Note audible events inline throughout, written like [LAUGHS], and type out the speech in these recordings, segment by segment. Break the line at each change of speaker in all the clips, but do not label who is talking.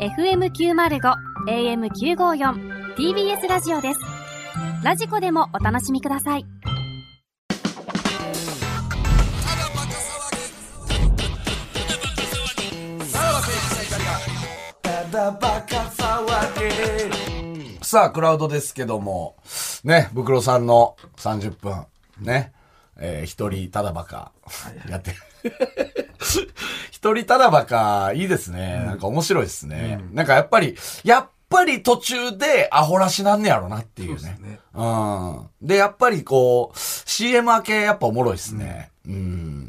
FM905 AM954 TBS ラジオですラジコでもお楽しみください
さあ、クラウドですけども、ね、ブクロさんの30分、ね、えー一人ただバカ、やって。 [LAUGHS] 一人ただバカ、いいですね。なんか面白いですね。なんかやっぱり、やっぱり途中でアホらしなんねやろなっていうね。う
すね
ん。で、やっぱりこう、CM 明けやっぱおもろいですね。うん。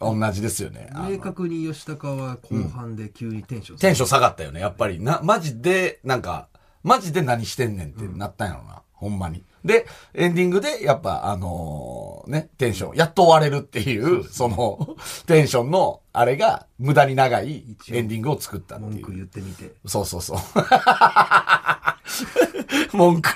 同じですよね。あの
明確に吉高は後半で急にテンション
テンション下がったよね。やっぱりな、マジで、なんか、マジで何してんねんってなったんやろな。ほんまに。で、エンディングで、やっぱ、あのーね、テンション、やっと終われるっていう、その、テンションの、あれが、無駄に長い
一応
エンディングを作ったって
文
い
句
う。
言ってみて
そうそうそう。 [LAUGHS] 文句、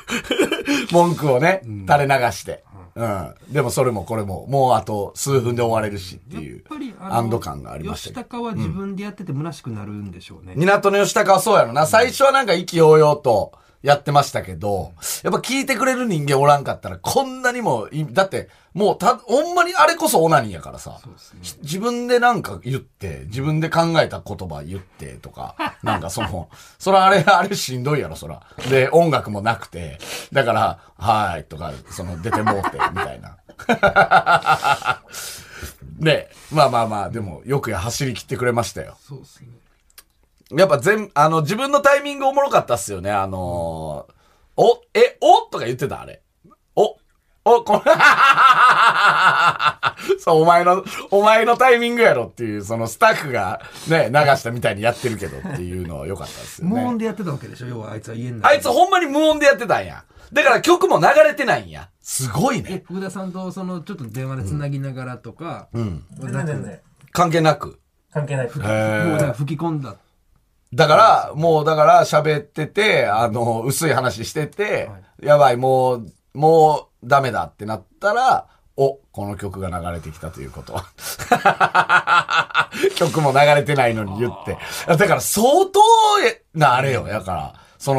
文句をね、垂れ流して。うん。でもそれもこれも、もうあと数分で終われるしって
やっ
いう
ぱり、あの
安堵感がありました
吉
けど
高は自分でやってて虚しくなるんでしょうね、
港の吉高はそうやろな。最初はなんか意気揚々とやってましたけど、やっぱ聞いてくれる人間おらんかったらこんなにもい、だってもうた、ほんまにあれこそオナニーやからさ、ひ自分でなんか言って、自分で考えた言葉言ってとか、 [LAUGHS] なんかその、そらあれ、あれしんどいやろ、そら。で、音楽もなくて、だから、はーいとか、その出てもう [LAUGHS] て、みたいな。ねまあまあまあ、でもよくや走り切ってくれましたよ。
そうですね
やっぱ全、あの、自分のタイミングおもろかったっすよね。あのーお、え、おとか言ってたあれ。お、お、この [LAUGHS] そう、お前の、お前のタイミングやろっていう、そのスタッフがね、流したみたいにやってるけどっていうのは良かったですよ
無音
ね。
でやってたわけでしょ要はあいつは家の中
あ
で
いつほんまに無音でやってたんや。だから曲も流れてないんや。すごい
え
ね。
福田さんとそのちょっと電話でつなぎながらとか、
ん
な
全
んか
然
もう
ね
関係なく。
関係ないです。
だから吹き込んだ
だから、もうだから喋ってて、あの、薄い話してて、やばい、もう、もうダメだってなったら、お、この曲が流れてきたということ [LAUGHS] は。曲も流れてないのに言って。だから相当なあれよ。だから、そ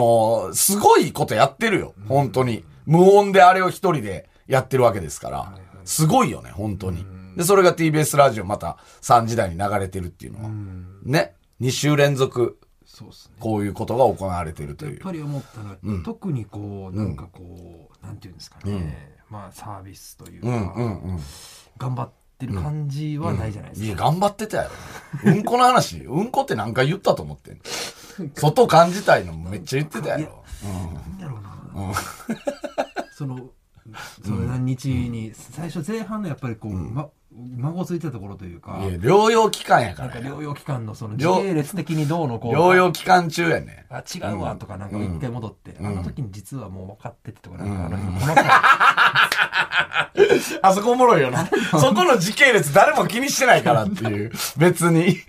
の、すごいことやってるよ。本当に。無音であれを一人でやってるわけですから。すごいよね、本当に。で、それが TBS ラジオまた3時台に流れてるっていうのは。ね。2週連続、
そうですね
こういうことが行われてると
やっ
いう
ぱ。り思ったのは、特にこうなんかこう、なんていうんですかね、まあサービスというか、
うんうんうん。
頑張ってる感じはないじゃないですか、
いや、頑張ってたやろ。うんこの話、 [LAUGHS] うんこって何回言ったと思ってん
[LAUGHS]
の外感じたいのめっちゃ言ってたやろ。
なんだろうな、そのその何日に、最初前半のやっぱりこう、ま、孫ついてたところというか
いや、療養期間やか
なんから
や。
療養期間のその時
療
系列的にどうのこう
療養期間中やね。
あ違うわとかなんか一回戻って、あの時に実はもう分かっててとかなんかあの日細か
あそこおもろいよな。そこの時系列誰も気にしてないからっていう。別に。 [LAUGHS]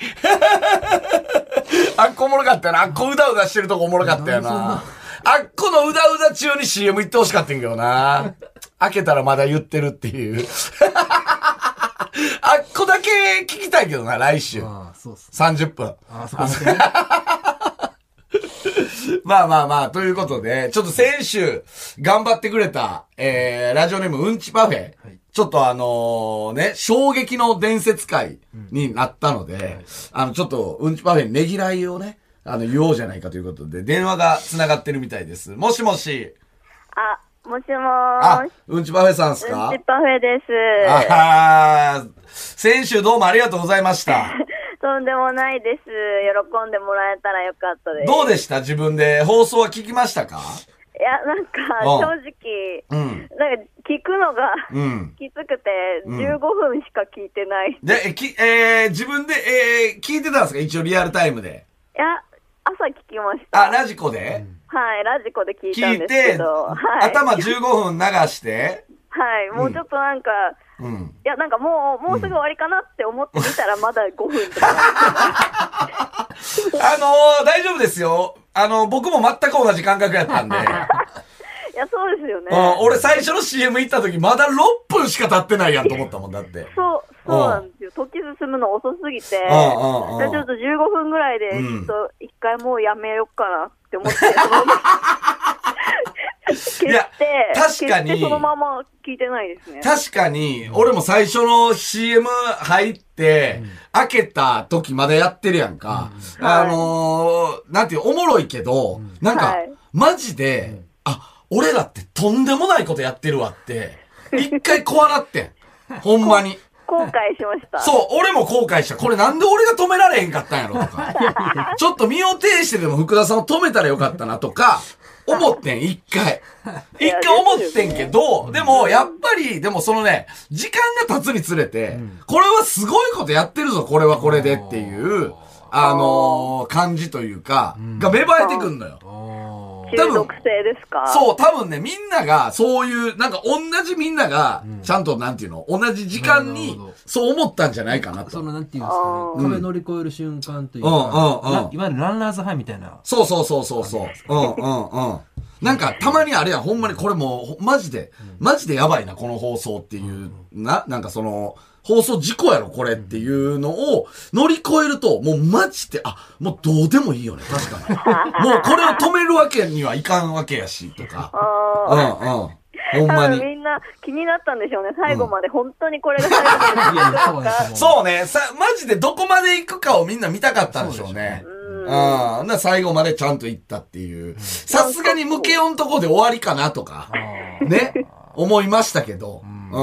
あっこおもろかったよな。あっこうだうだしてるとこおもろかったよな。あっこのうだうだ中に CM 行ってほしかったんやけどな。開けたらまだ言ってるっていう。 [LAUGHS] あっこだけ聞きたいけどな、来週。
いああそうっす
30分。
あそこのね
まあまあまあ、ということで、ちょっと先週、頑張ってくれた、えー、ラジオネームうんちパフェ、
はい
ちょっとあのね、衝撃の伝説会になったので、あの、ちょっとうんちパフェにねぎらいをね、あの、言おうじゃないかということで、電話が繋がってるみたいです。もしもし、
あ、もしも
あ
ーし。、
うんちパフェさんです
うん
か
ちパフェです。
あはー先週どうもありがとうございました。
とんでもないです。喜んでもらえたらよかったです。
どうでした自分で放送は聞きましたか
いや、なんか、
うん
正直、
うん。
なんか、聞くのが、
うん。
きつくて、15分しか聞いてない。い
で、え、き、えー自分で、えー聞いてたんですか一応リアルタイムで。
や、朝聞きました。
あ、ラジコで、
はい、ラジコで聞いた
聞
ん
い
です
て、
けど、はい。
頭15分流して、
はい、もうちょっとなんか、
うん。
いや、なんかもう、もうすぐ終わりかなって思ってみたら、まだ5分
[LAUGHS]
とか。
あのー大丈夫ですよ。あのー僕も全く同じ感覚やったん
[LAUGHS]
で。
いや、そうですよね
う。ん、俺最初の CM 行った時まだ6分しか経ってないやんと思ったもんだって。
そう、そうなんですよ。時進むの遅すぎて、じゃ
うんうんうん
あちょっと15分ぐらいで、
うん
ちょっと一回もうやめようかなって
[LAUGHS]
思って、そのまま消して
いや、確かに
消してそのまま聞いてないですね。
確かに、俺も最初の CM 入って、開けた時までやってるやんか。
ん
あのー、なんていう、おもろいけど、なんか、
はい
マジで、あ、俺らってとんでもないことやってるわ
[LAUGHS]
って、一回怖なってん。ほんまに。
後悔しました。
そう、俺も後悔した。これなんで俺が止められへんかったんやろと [LAUGHS] か。ちょっと身を挺してでも福田さんを止めたらよかったなとか、思ってん、一回。一回思ってんけど、でも、やっぱり、でもそのね、時間が経つにつれて、これはすごいことやってるぞ、これはこれでっていう、あのー感じというか、が芽生えてくんのよ。
あ
中毒性ですか
そう、多分ね、みんなが、そういう、なんか同じみんなが、ちゃんと、なんていうの、同じ時間
な
に
るほど、
そう思ったんじゃないかな
あそ
と。
のなんていうんですか
あ
ね
ー
壁乗り越える瞬間という
うん
か、
うんうん
ないわゆるランナーズハイみたいな
そうそうそうそうそう。うんうんうん。なんか、たまにあれやん、ほんまにこれもう、ほマジで、マジでやばいな、この放送っていう、な、なんかその、放送事故やろ、これっていうのを乗り越えると、もうマジで、あ、もうどうでもいいよね、確か [LAUGHS] に。もうこれを止めるわけにはいかんわけやし、とか。うん
あ
う
あ。
ん。ほん
多
ま
分
に。
みんな気になったんでしょうね。最後まで本当にこれが最後まで
いやいやそうだと思
そうね、さ、マジでどこまで行くかをみんな見たかったんでしょうね。うん。な、最後までちゃんと行ったっていう。さすがにムケオンとこで終わりかなとか、 [LAUGHS] ね、思いましたけど。うん。
う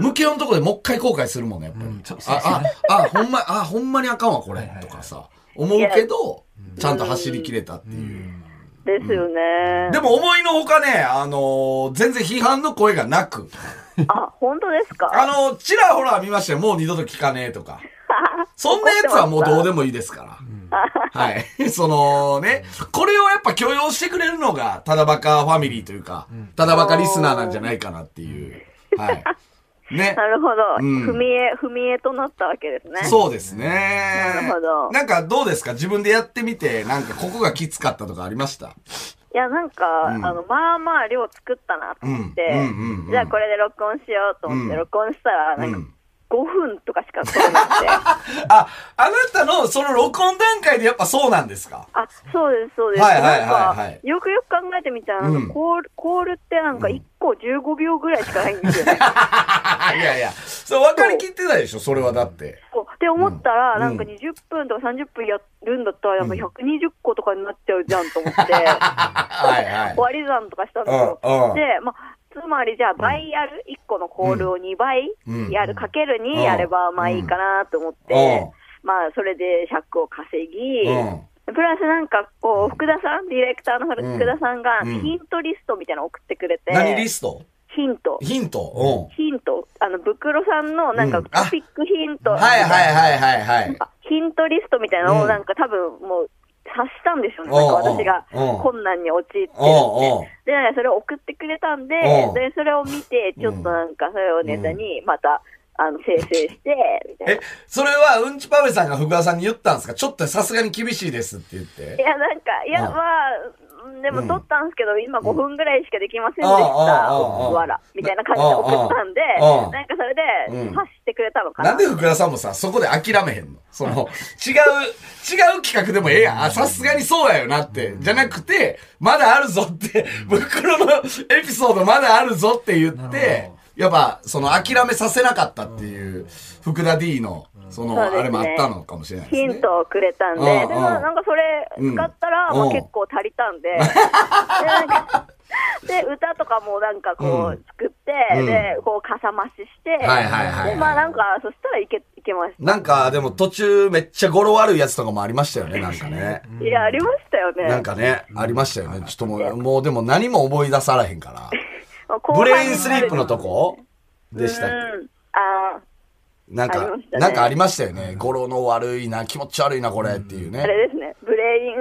ん。
ムケオンとこでもう一回後悔するもんね、やっぱり。
うんちょそうです
あ
ね、
あ、あ、ほんま、あ、ほんまにあかんわ、これ。とかさ、思うけど、ちゃんと走り切れたっていう。
ですよね
で。も思いのほかね、あのー全然批判の声がなく。
あ、本当です
あ
か
の、ちらほら見ましたよ。もう二度と聞かねえと [LAUGHS] か。そんなやつはもうどうでもいいですから。はい。 [LAUGHS] そのね、これをやっぱ許容してくれるのが、ただバカファミリーというか、ただバカリスナーなんじゃないかなっていう。はい。ね。
なるほど。
うん
踏み絵、踏み絵となったわけですね。
[LAUGHS] そうですね。
なるほど
なんかどうですか自分でやってみて、なんかここがきつかったとかありました
いや、なんか、あの、まあまあ量作ったなって思って、
うんうんうんうん
じゃあこれで録音しようと思って、
うん
録音したら、なんか、5分とかしか撮れなくて。
[LAUGHS] あ、あなたのその録音段階でやっぱそうなんですか
あ、そうです、そうです。
はいはいはいはい
なんか、よくよく考えてみたら、なん
うん
かコール、コールってなんか1個15秒ぐらいしかないんです
[LAUGHS]
よ
[LAUGHS]
ね。
あ、いやいや。そう、分かりきってないでしょそれはだって。
こうって思ったら、
ん
なんか20分とか30分やるんだったら、なんか120個とかになっちゃうじゃんと
[LAUGHS]
思って、
はいはい。
割り算とかしたんですよ。
うんうん
で、まあ、つまりじゃあ倍やる、1個のコールを2倍
うん
やる、かける2やれば、まあいいかなと思って、まあ、それで100を稼ぎ、
うん
プラスなんかこう、福田さん、ディレクターの福田さんが、
うん
ヒントリストみたいなの送ってくれて、
何リスト
ヒント。
ヒント
ヒント。あの、ブクロさんのなん
う
か
ん
ト
あ
ピックヒント。
うん。はいはいはいはいはい。
ヒントリストみたいなの
うん
をなんか多分もう察したんでしょうね。
お
なん
う
か
おう
私が
おう
困難に陥ってるって。
おうおう
で、なんかそれを送ってくれたんで
おう、
で、それを見て、ちょっとなんかそれをネタにまた、あの、生成して、みた
え
いな。、
それはうんちパフェさんが福田さんに言ったんですかちょっとさすがに厳しいですって言っ
い
て。
や、なんか、いや、
うん
まあ、うんでも撮ったんですけど、今5分ぐらいしかできませんでした、
うんうん
わら、みたいな感じで送ったんで
うんうん、
なんかそれ
うん
で、察してくれたのかな。
なんで福田さんもさ、そこで諦めへんのその、違う、違う企画でもええやん。あ、さすがにそうやよなって。じゃなくて、まだあるぞって、袋のエピソードまだあるぞって言っ
なる
て
ほ、
やっぱ、その諦めさせなかったっていう、福田 D の、その、
そうですね
あれもあったのかもしれないです
ヒ
ね
ン。トをくれたんで、
うんうん
でまあなんかそれ使ったら、
うん
まあ
うん
結構足りたんで、でなんか [LAUGHS] で歌とかもなんかこう作って、
うん
で、こうかさ増しして、
はいはいはいはい
で、まあなんか、そしたらいけ、いけまし
なんか、でも途中めっちゃ語呂悪いやつとかもありましたよね、なんかね。
た。いや、ありましたよね。
なんかね、ありましたよね。ちょっともう、もうでも何も思い出さらへんから。
まあ後
ブ
半にな
レ
る
インスリープのとこでしたっけ
うん。ああ、
なん
あり
か
まし、たね
なんかありましたよね。語呂の悪いな、気持ち悪いな、これっていう
あ
ね。
れですね。ブレイン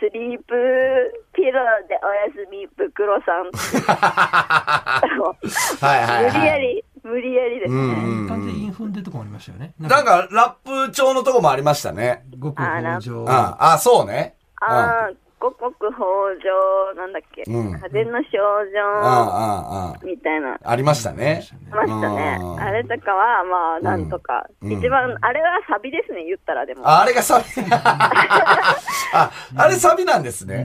スリープピローでおやすみ、ブクロさんっていう。
[LAUGHS] はいはい
無理や
はい。
り、無理やりですね。
う感じでインフンでとかもありましたよねな
なんか、ラップ調のとこもありましたね。
極上
ああ、そうね。
ああ、五穀豊穣、なんだっけ、
うん
風の症
ああ
状、
あああ
みたいな。
あありましたね。
ましたね
うん。
あれとかは、まあ、なんとか。
うん
一番、あれはサビですね、言ったらでも。あ
ああれがサビ。 [LAUGHS] あ、あれサビなんですね。
れ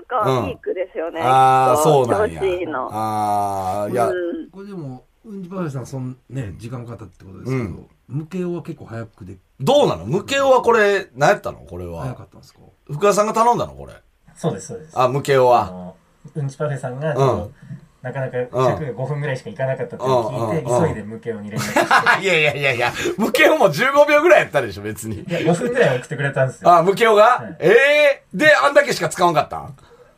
とかはピークですよね。
ああ、
きっ
そう
と
なんや
調子いい。の。
ああ、いや、
うん
これでもうんじばあさんそんね時間かかったってことですけど、
うん
無形は結構早くで
どうなの無形はこれ、何やったのこれ
早か
は。
ったんですか
福田さんが頼んだのこれ。
そうです、そうです。
あ、無形
あ
は。
の、うんちパフェさんが、
うん
なかなか尺が5分ぐらいしかいかなかったっていうのを聞いて、
うんうんうん
急いで無形
[LAUGHS]
に連絡して、
いやいやいやいや、無形も15秒ぐらいやったでしょ、別に。
いや、5分ぐらいは送ってくれたんですよ。
あ、無形が、
い
ええで、あんだけしか使わんかった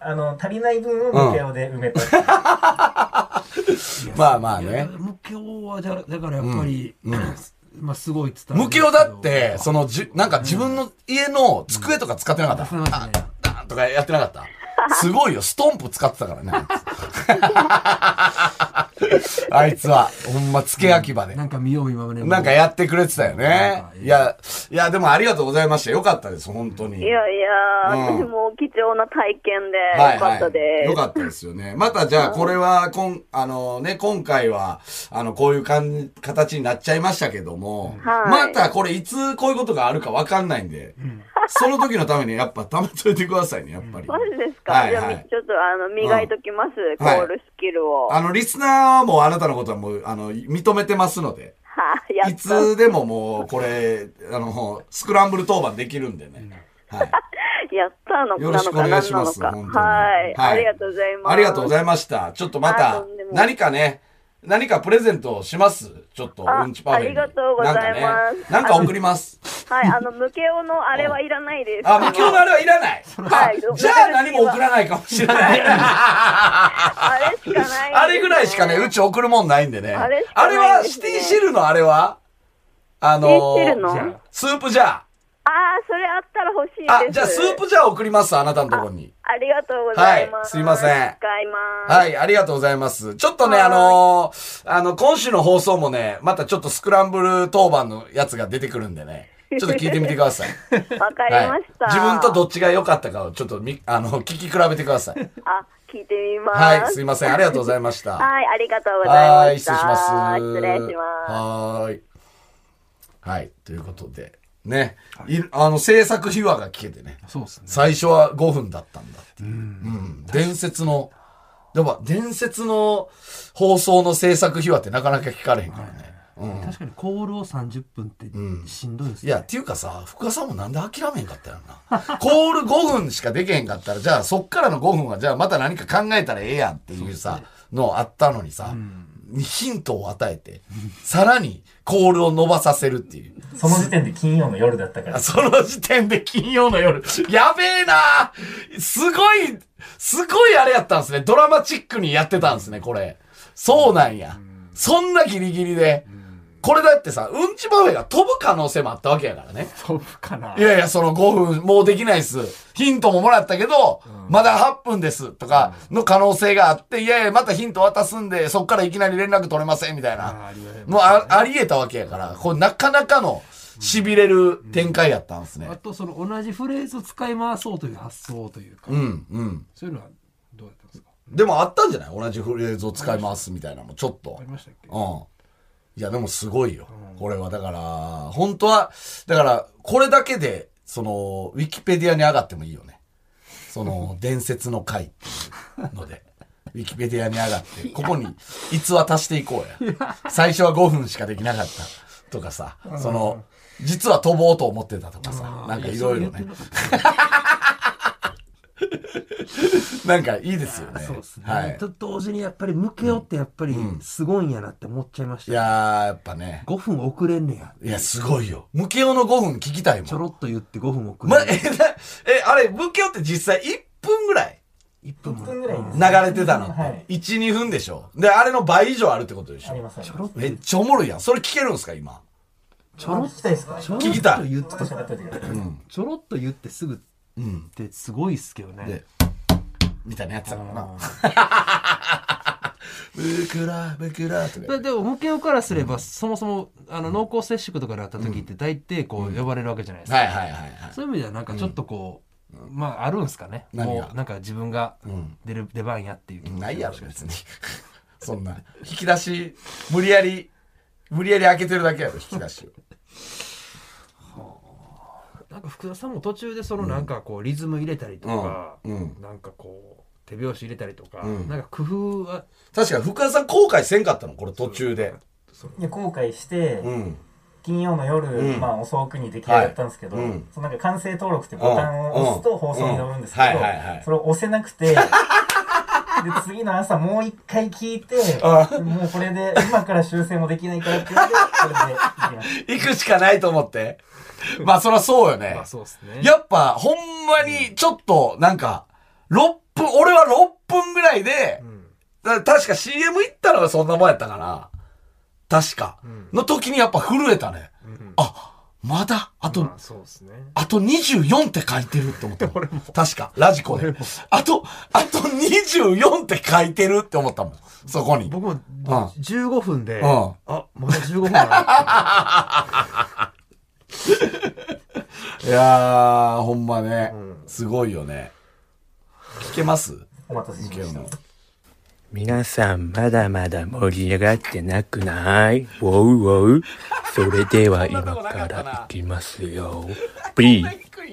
あの、足りない分を無形で埋めたっていう。
まあまあね。
無形はじゃだからやっぱり、まあすごいって言ったら
無形だって、そのじゅ、なんか自分の家の机とか使ってなかった、
うんうん
ダンダンとかやってなかったすごいよ、ストンプ使ってたからね。
[LAUGHS]
あいつあいつは、ほんま付け焼き場で
な。んか見よう今まで
なんかやってくれてたよね
なん。か
いや、いや、でもありがとうございました。よかったです、本当に。
いやいや、
うん
私も貴重な体験で、
はい
よかったです。
よかったですよね。またじゃあ、これは、こん、あのね、今回は、あの、こういうかん形になっちゃいましたけども、
はい
またこれ、いつこういうことがあるかわかんないんで、その時のためにやっぱ溜めといてくださいね、やっぱり。
マジですか、
はい
じゃ
は
あ、
い。
ちょっとあの磨いときます、コ
はい
ールスキルを。
あ
は
の、リスナーもあなたのことはもう、あの、認めてますので、
い、や
い
った。
つでももう、これ、あの、スクランブル当番できるんでね。はい。
やったのか
よろ
な
し
の
くお
か
願い
何
し
な
ま
の
す。
か。
本当に
はい、ありがとうございます。
ありがとうござ
い
いました。ちょっとまた
あとんでも、ない
何かね、何かプレゼントをしますちょっと、
あ
うんちパフェに。
ありがとうございます
なんかね、なんか送ります。
ます。はい、あの、無形のあれ [LAUGHS] はいらないです。
あ、無形のあれはいらない。
は
あ
い
じゃあ何も送らないかもしれない。
あれしかない、
あれぐらいしかね、うち送るもんないんでね。
あれし
あ
か
れ
ない
は、
です
シ
ね
ティシェルのあれはあの
シティシェルの
じゃあスープジャー。
ああ、それあったら欲しいです。
あ、じゃあスープジャー送ります、あなたのところに。
ありがとうございます。
はいすいません
使います。。
はいい、ありがとうございます。ちょっとね、
はい
あのーあの、今週の放送もね、またちょっとスクランブル当番のやつが出てくるんで
[LAUGHS]
ね、ちょっと聞いてみてください。
わかりました。
はい、自分とどっちが良かったかをちょっとみ、あの、聞き比べてください。
あ、聞いてみます。
はい、すいません。ありがとうございました。
はい、ありがとうござ
はい
ま
い、
し
失
た。
礼します。
失礼します。
はーい。はい、ということで、ね、いあの、制作秘話が聞けてね、
そうですね
最初は5分だったんだっていう。
うん
うん、伝説の、やっぱ伝説の放送の制作秘話ってなかなか聞かれへんからね。うん。
確かにコールを30分って
ん
しんどいです
い
ね、
や、っていうかさ、福田さんもなんで諦めんかったよな。 [LAUGHS] コール5分しかできへんかったら、じゃあそっからの5分は、じゃあまた何か考えたらええやんっていうさ、のあったのにさ、ヒントを与えて、さらにコールを伸ばさせるっていう。
その時点で金曜の夜だったから
あ。 [LAUGHS] その時点で金曜の夜。やべえなすごい、すごいあれやったんですね。ドラマチックにやってたんですね、これ。そうなんや。そんなギリギリで。これだってさ、うんちバフェが飛ぶ可能性もあったわけやからね。
飛ぶかない
やいや、その5分、もうできないっす。ヒントももらったけど、まだ8分です。とか、の可能性があって、いやいや、またヒント渡すんで、そっからいきなり連絡取れません、みたいな。もうあ、あり得たわけやから、これなかなかの、痺れる展開やったんですね
あ。とその同じフレーズを使い回そうという発想というか、
うん、うん。
そういうのはどうだったんですか
でもあったんじゃない同じフレーズを使い回すみたいなのも、ちょっと
あり。ましたっけ
うん。いや、でもすごいよ。これは、だから、本当は、だから、これだけで、その、ウィキペディアに上がってもいいよね。その、伝説の回っていうので、ウィキペディアに上がって、ここに逸話足していこうや。最初は5分しかできなかったとかさ、その、実は飛ぼうと思ってたとかさ、なんかいろいろね。 [LAUGHS] なんかいいですよね。
そうですね、
はい
と。同時にやっぱり向けよってやっぱりすごいんやなって思っちゃいまし
い
た、
やー、やっぱね。
5分遅れんねや
いや、すごいよ。無形の5分聞きたいもん
ちょ。ろっと言って5分遅
ま、
れ
え、
る、
なえ、あれ、仏教って実際1分ぐらい
1分
1
も
分ぐらいです
流れてたのって。
はい
1、2分でしょ。で、あれの倍以上あるってことでし
あり
ょ。
ます。
ちょろっと
めっちゃおもろいやん。それ聞けるんすか、今。
ちょろっ
聞きたいですか
ちょろ
聞
っ
きた
と
い
言っ
ちょっと喋っといてください。
ちょろっと言ってすぐっ
うん。
てすごいっすけど
で
ね、
みたいなやつだからな。 [LAUGHS] ブクラ、ブクラとか
で。でも向けよからすれば、そもそもあの濃厚接触とかであった時って大抵こう呼ばれるわけじゃないですか、
はいはいはいはい。
そういう意味ではなんかちょっとこう、まああるんすかね
何が
もうなんか自分が出る出番やっていう気持ち
ないやろ別に [LAUGHS] そんな引き出し無理やり無理やり開けてるだけやろ引き出しを
なんか福田さんも途中でそのなんかこうリズム入れたりとか、
うんうん
なんかこう手拍子入れたりとか、
うん
なんか工夫は
確かに福田さん後悔せんかったのこれ途中で
で後悔して、
うん
金曜の夜、
うん
まあ遅くに出来上がったんですけど、
はいうん
そのなんか完成登録ってボタンを押す
うん
と放送に乗るんですけど、
うんはいはいはい
それを押せなく
[LAUGHS]
て、で、次の朝もう一回聞いて、
あ
もうこれで今から修正もできないからって言って、それで行きまし
[LAUGHS] 行くしかないと思ってまあそりゃそうよね
まあそうですね
やっぱほんまにちょっとなんか6分俺は6分ぐらいで
うん
だから確か CM 行ったのがそんなもんやったから確か
うん
の時にやっぱ震えたね
うん
あまだあと
まあそうですね
あと24って書いてるって
[LAUGHS]
思ったもん。確か、ラジコで。あと、あと24って書いてるって思ったもん。そこに。
僕も
あ
15分で、
うん
あまだ15分だ
いやー、ほんまね
うん。
すごいよね。聞けます
た。お待たせしました。
皆さん、まだまだ盛り上がってなくないウォウウォウ。それでは今から行きますよ。B,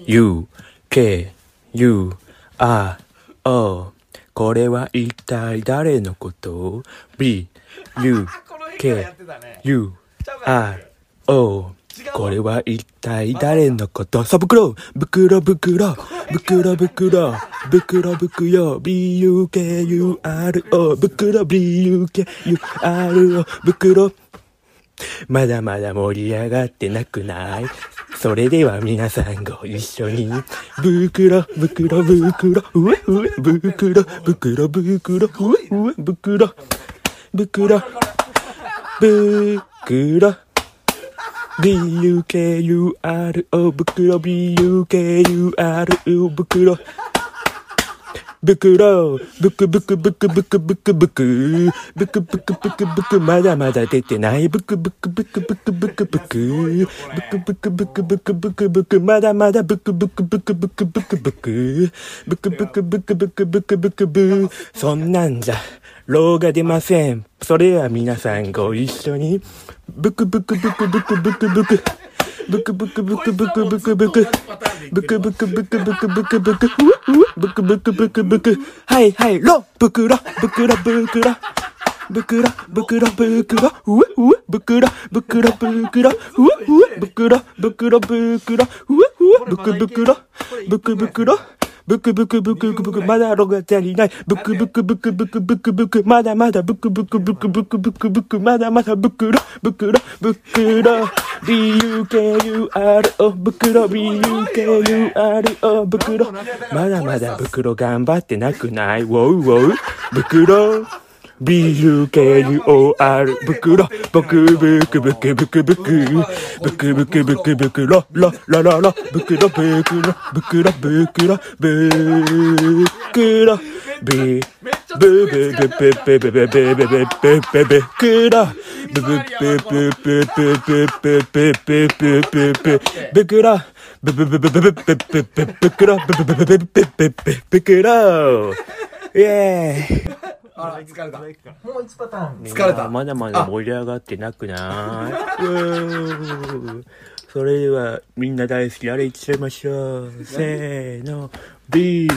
U, K, U, R, O。これは一体誰のこと ?B, U,
今
K, U, R, O。これは一体誰のことさあ、袋袋袋袋袋袋袋 BUKURO 袋 BUKURO 袋まだまだ盛り上がってなくないそれでは皆さんご一緒に。袋、袋、袋、うえうえ、袋、袋、袋、うえうえ、袋、袋、袋、B-U-K-U-R-O 袋 B-U-K-U-R-O 袋袋ブクブクブクブクブクブクブクブクブクブクまだまだ出てないブクブクブクブクブクブクブクブクブクブクブクブクまだまだブクブクブクブクブクブクブクブクブクブクブクブクブそんなんじゃローが出ませんそれは皆さんご一緒にブクブクブクブクブクブクブクブクブクブクブクブクブクブクブクブクブクブクうわうわブクブクブクブクはいはいロ袋袋袋袋袋袋うわうわ袋袋袋うわうわ袋袋袋うわうわブクブクロブクブクロブクブクブクブクまだロが足りないブクブクブクブクブクブクまだまだブクブクブクブクブクブクまだまだブクロブクロブクロ BUKURO ブクロ BUKURO ブクロまだまだブクロ頑張ってなくないウォウウォウブクロ B-U-K-U-O-R 袋ブクブクブクブクブクブクブクブクブクロロロロロ袋袋袋袋袋ビブブブブブブブブブブブブ袋ブブブブブブブブブブブブブ袋ブブブブブブブブブ袋ブブブブブブブブ袋イェーイ
あら、疲れた。疲
もう一パターン。
れた。
まだまだ盛り上がってなくない。 [LAUGHS] うーそれでは、みんな大好き、あれいっちゃいましょう。せー [LAUGHS] の。B, U,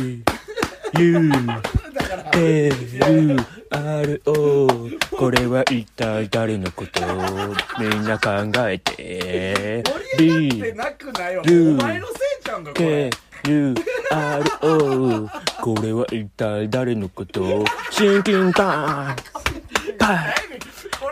K, U, R, O。これは一体誰のことみんな考えて。B,
なくないよ
ルー
せいちゃんが
K。U R O これは一体誰のこと親近感パ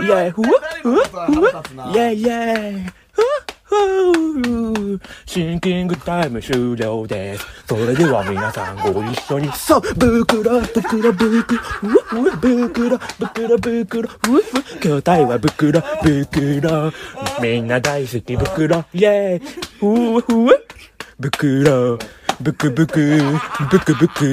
イイェイふわふわふわイェイイェイふわふわシンキングタイム終了です。それでは皆さんご一緒に、そう袋、袋、袋、うわ、うわ、袋、袋、袋、うわ、うわ、筐体は袋、袋、みんな大好き袋、イェイふわふわ袋、ブクブク、ブクブク、ブク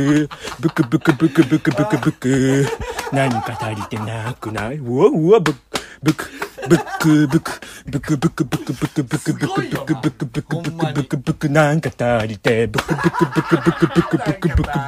ブクブクブクブクブク。何か足りてなくないうわうわ、ブク、ブク、ブクブク、ブクブクブクブクブクブクブクブクブクブクブクブクなんか足りて、ブクブクブクブクブクブクブクブクブク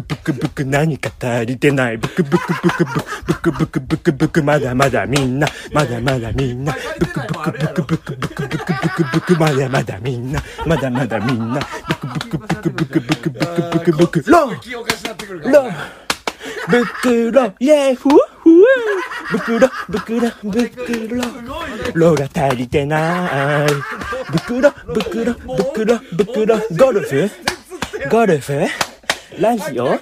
ブクブク何か足りてない、ブクブクブクブクブクブクブクブクまだまだみんな、まだまだみんな、ブクブクブクブクブクブクブクブクまだまだみんな、まだまだみんな、ブクブクブクブクブクブクブクブク、ロン
気おかしなってくるか
ロンブクロイェーふわふわブクロブクロブクロロが足りてないブクロブクロブクロブクロゴルフゴルフラジオ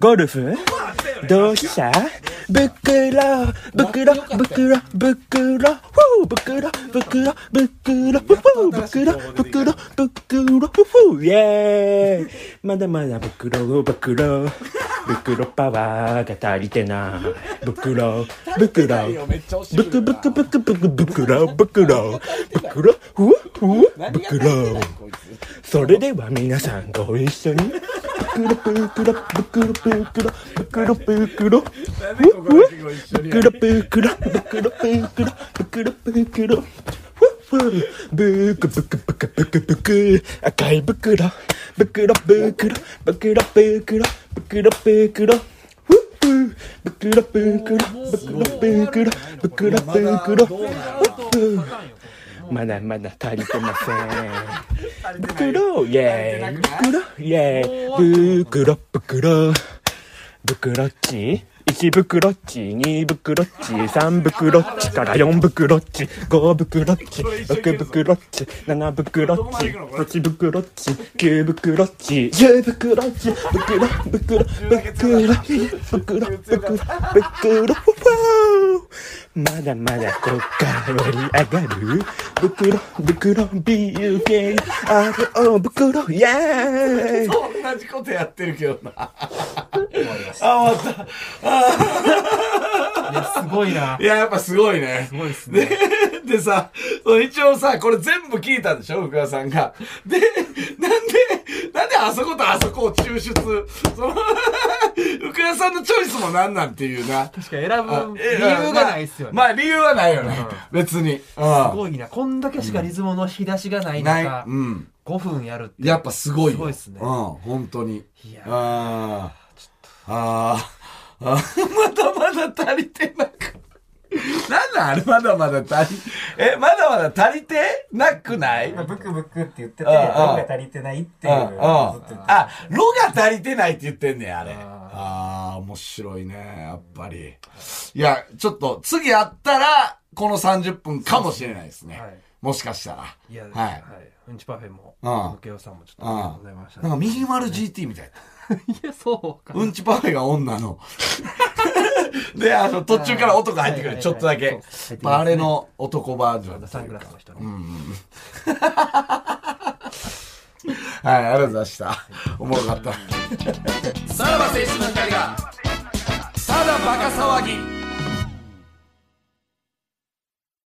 ゴルフどうしたブクロブクロブクロブクロふうブクロブクロブクロふうブクロブクロブクロふうイェーイまだまだブクロブクロブクロパワーが足りてないブクロブクロブクブクブクブクブクロブクロブクロふわふわブクロそれでは皆さんご一緒にブクロブクロブクロブクロブクロブクロブクロブクロブクロブクロブクロブクロふわふわブクブクブクブクブク赤い袋袋袋袋袋袋袋ふっふー袋袋袋袋袋袋ふっふーまだまだ足りてません。袋イェーイ袋イェーイ袋袋袋っち1袋っち2袋っち3袋っちから4袋っち5袋っち6袋っち7袋っち8袋っち9袋っち10袋っち袋袋袋袋袋袋袋ふわーまだまだこっから盛り上がる袋袋 BUKRO 袋イェーイ
同じことやってるけどな。あ、終わった。
いや、すごいな。
いや、やっぱすごいね。
すごいですね。
で、でさ、その一応さ、これ全部聞いたんでしょ福田さんが。で、なんで、なんであそことあそこを抽出。その、福田さんのチョイスもなんなんっていうな。
確かに選
あ
ぶ理由がないっすよね。
まあ、まあ理由はないよね。別に。
す
う
ごいな。こんだけしかリズムの引き出しがない
ん。ない。
中、
うん。
5分やるって。
やっぱすごいよ。
すごいっすね
うん、本当に。
いや
ああ。ああ。あー [LAUGHS] まだまだ足りてなく。なんなんあれまだまだ足り、え、まだまだ足りてなくない
今、ブクブクって言ってて、
うん
ロ
うん
が足りてないっていう
う
の
んうん
をずっと言ってた
あ、ロが足りてないって言ってんねん、あれ。ああー、面白いね、やっぱり。いや、ちょっと、次あったら、この30分かもしれないですね。
はい
もしかしたら。
いや、
は
はいい。うんちパフェも、
うん
ムケオさんもちょっとありがとうございました。
なんか、右丸 GT みたいな。
いや、そうか。
うんちパフェが女の。で、あの、途中から男が入ってく
は
る、
い
ちょっとだ
はいは
け
いそう。
まああれの男バージョン
[LAUGHS] サングラスの人ね。
はい、ありがとうございました。おもろ [LAUGHS] かった。さらば青春の光が、ただバカ騒ぎ。